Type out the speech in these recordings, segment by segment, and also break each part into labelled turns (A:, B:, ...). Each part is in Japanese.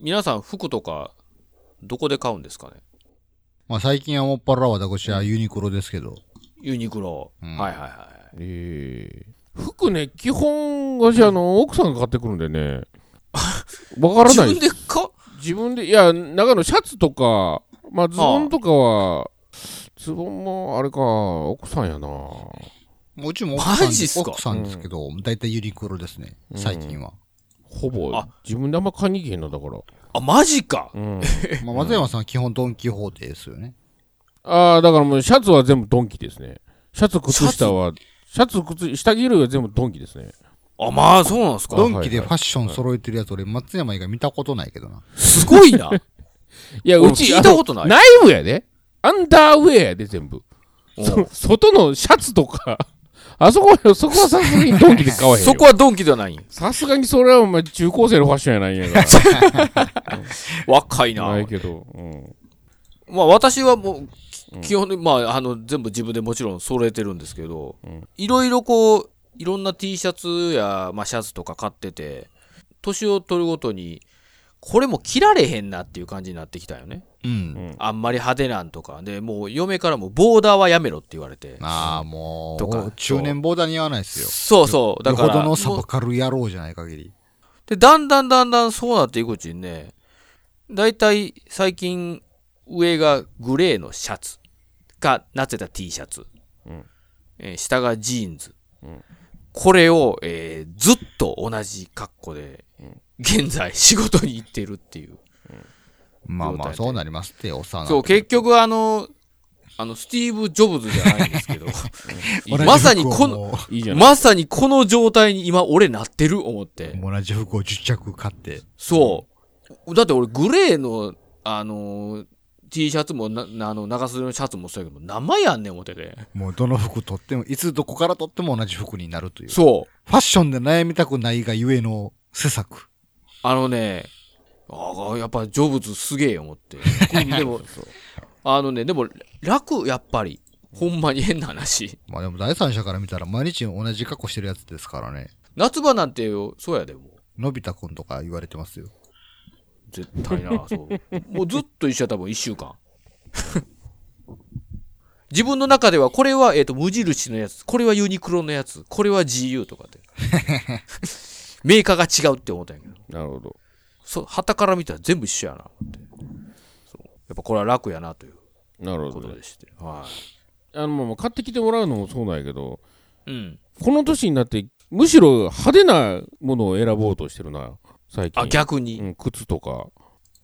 A: 皆さん服とか、どこで買うんですかね
B: まあ最近はもっぱら私はユニクロですけど。
A: ユニクロ。
B: うん
A: はいはいはい。
C: ええ服ね、基本、私、あの、奥さんが買ってくるんで ね。わから
A: 自
C: ない
A: 分で買う
C: 自分で、いや、長野シャツとか、まあ、ズボンとかは、ズボンもあれか、奥さんやな。
B: もううちも奥さん
A: マジっすか
B: 奥さんですけど、だいたいユニクロですね。最近は。
C: ほぼ
A: あ、
C: 自分であんま買いに行けへんのだから。
A: あ、マジか。
C: うん、
B: まあ松山さんは基本ドンキホーテですよね。
C: ああ、だからもうシャツは全部ドンキですね。シャツ、
A: シャ
C: 靴
A: ツ
C: 下は、シャツ、靴、下着類は全部ドンキですね。
A: あ、まあそうなんですか。
B: ドンキでファッション揃えてるやつ俺松山以外見たことないけどな。
A: すごいな。
C: いや、
A: 俺
C: う
A: も
C: ち、
A: 聞いたことない
C: あの内部やで。アンダーウェアやで、全部。
A: うん
C: 外のシャツとか、 あそこは、そこはさすがにドンキで買わへんよ。
A: そこはドンキではないん。
C: さすがにそれはお前中高生のファッションやないんやから。
A: 若いな。
C: ないけど。うん。
A: まあ私はもう、き基本的に、まあ、あの、全部自分でもちろん揃えてるんですけど、いろいろこう、いろんな T シャツや、まあシャツとか買ってて、年を取るごとに、これも着られへんなっていう感じになってきたよね。
B: うん。
A: あんまり派手なんとか。で、もう嫁からもボーダーはやめろって言われて。
B: ああ、も
A: とか
B: う、中年ボーダーに合わないですよ。
A: そうそう。だ
B: よ
A: か
B: ほ
A: ら。
B: どのサ
A: も
B: ブ
A: う
B: カル野郎じゃない限り。
A: で、だんだんだんだんそうなっていくうちにね、だいたい最近上がグレーのシャツか、なぜた T シャツ。
C: うん
A: えー下がジーンズ。
C: うん
A: これを、えーずっと同じ格好で、
C: ん
A: 現在仕事に行ってるっていう。
B: まあま
A: 状態
B: あ、
A: で
B: そうなりますって、おっさんなんて。
A: そう、結局あの、あの、スティーブ・ジョブズじゃないんです けど、
B: 同じ服を
A: まさにこの、
B: も
C: いいじゃない。
A: まさにこの状態に今俺なってる思って。
B: う同じ服を10着買って。
A: そう。だって俺グレーの、あのー T シャツもな、なあの、長袖のシャツもそうやけど、何枚やんねん思ってて。
B: もうどの服取っても、いつどこから取っても同じ服になるという。フ
A: そう。
B: ァッションで悩みたくないがゆえの施策。
A: あのね、ああ、やっぱジョブズすげえ思って。でも、あのね、でも楽、やっぱり。ほんまに変な話。
B: まあでも第三者から見たら毎日同じ格好してるやつですからね。
A: 夏場なんて、そうやで、もう。
B: のび太くんとか言われてますよ。
A: 絶対な、そう。もうずっと一緒や、多分一週間。 自分の中では、これは、えっ、と、無印のやつ、これはユニクロのやつ、これは GU とかって。メーカーが違うって思ったんやけど。
C: なるほど。
A: そう、旗から見たら全部一緒やな、って。そう。やっぱこれは楽やな、という
C: なる
A: こ
C: ほど
A: と
C: ね。
A: でして。は
C: あの、もう買ってきてもらうのもそうなんやけど、
A: い。うん。
C: この年になって、むしろ派手なものを選ぼうとしてるな、最近。
A: あ、逆に。
C: うん、靴とか。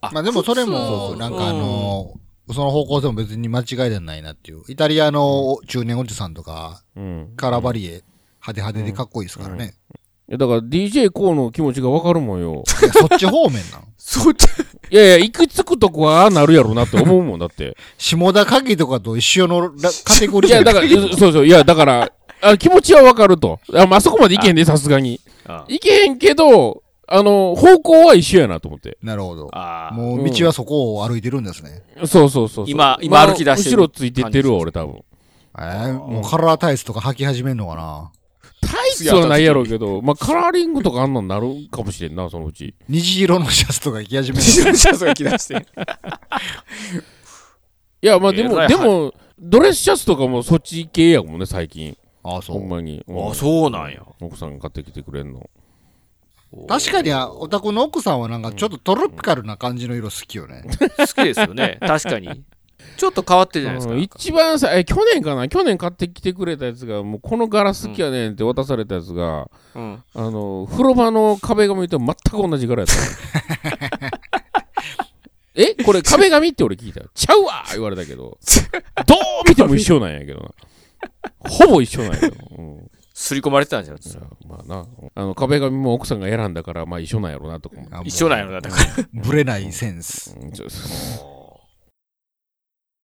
A: あ
B: まあでもそれ
A: そ
B: も
A: う、
B: なんかあの、その方向性も別に間違いではないなっていう。イタリアの中年おじさんとか、
C: うん。
B: カラバリエ、派手派手でかっこいいですからね。
C: いやだから DJ コーの気持ちがわかるもんよ。
B: いやそっち方面な の
A: そうち
C: いやいや、行き着くとこはああなるやろなって思うもんだって。
B: 下田景とかと一緒のラカテゴリ
C: い
B: ー
C: や、だから、そうそう、いや、だから、あ気持ちはわかると。あまあそこまで行けへんで、さすがに。
A: あ
C: 行けへんけど、あの、方向は一緒やなと思って。
B: なるほど。
A: あー。
B: もう道はそこを歩いてるんですね。
C: そうそうそうそう。
A: 今今歩き出してる
C: 後ろついてってるわ、俺多分。
B: えー、もうカラータイツとか履き始めんのかな
C: タイツはないやろうけど、まあカラーリングとかあんなんなるかもしれんな、そのうち。
B: 虹色のシャツとか行き始める
A: 自転車が来だして。
C: いや、まあでも、
A: えらい
C: でも、ドレスシャツとかもそっち系やもんね、最近。
B: ああ、
C: ほん。まに。うん
A: あ、そうなんや。
C: 奥さんが買ってきてくれんの。
B: 確かに、あお宅の奥さんはなんかちょっとトロピカルな感じの色好きよね。
A: 好きですよね。確かに。ちょっと変わってるじゃないですか
C: うん。一番さ、え、去年かな去年買ってきてくれたやつが、もうこの柄好きやねんって渡されたやつが、
A: うん、
C: あの、風呂場の壁紙と全く同じ柄やった。えこれ壁紙って俺聞いたよ。ちゃうわ言われたけど。どう見ても一緒なんやけどな。ほぼ一緒なんやけど。うん
A: 刷り込まれてたんじゃないですか。
C: まあな。あの、壁紙も奥 さんが選んだから、まあ一緒なんやろうなとか思って。
B: あもう
A: 一緒なんやろな、だから。
B: ぶれないセンス。
C: うんそうそう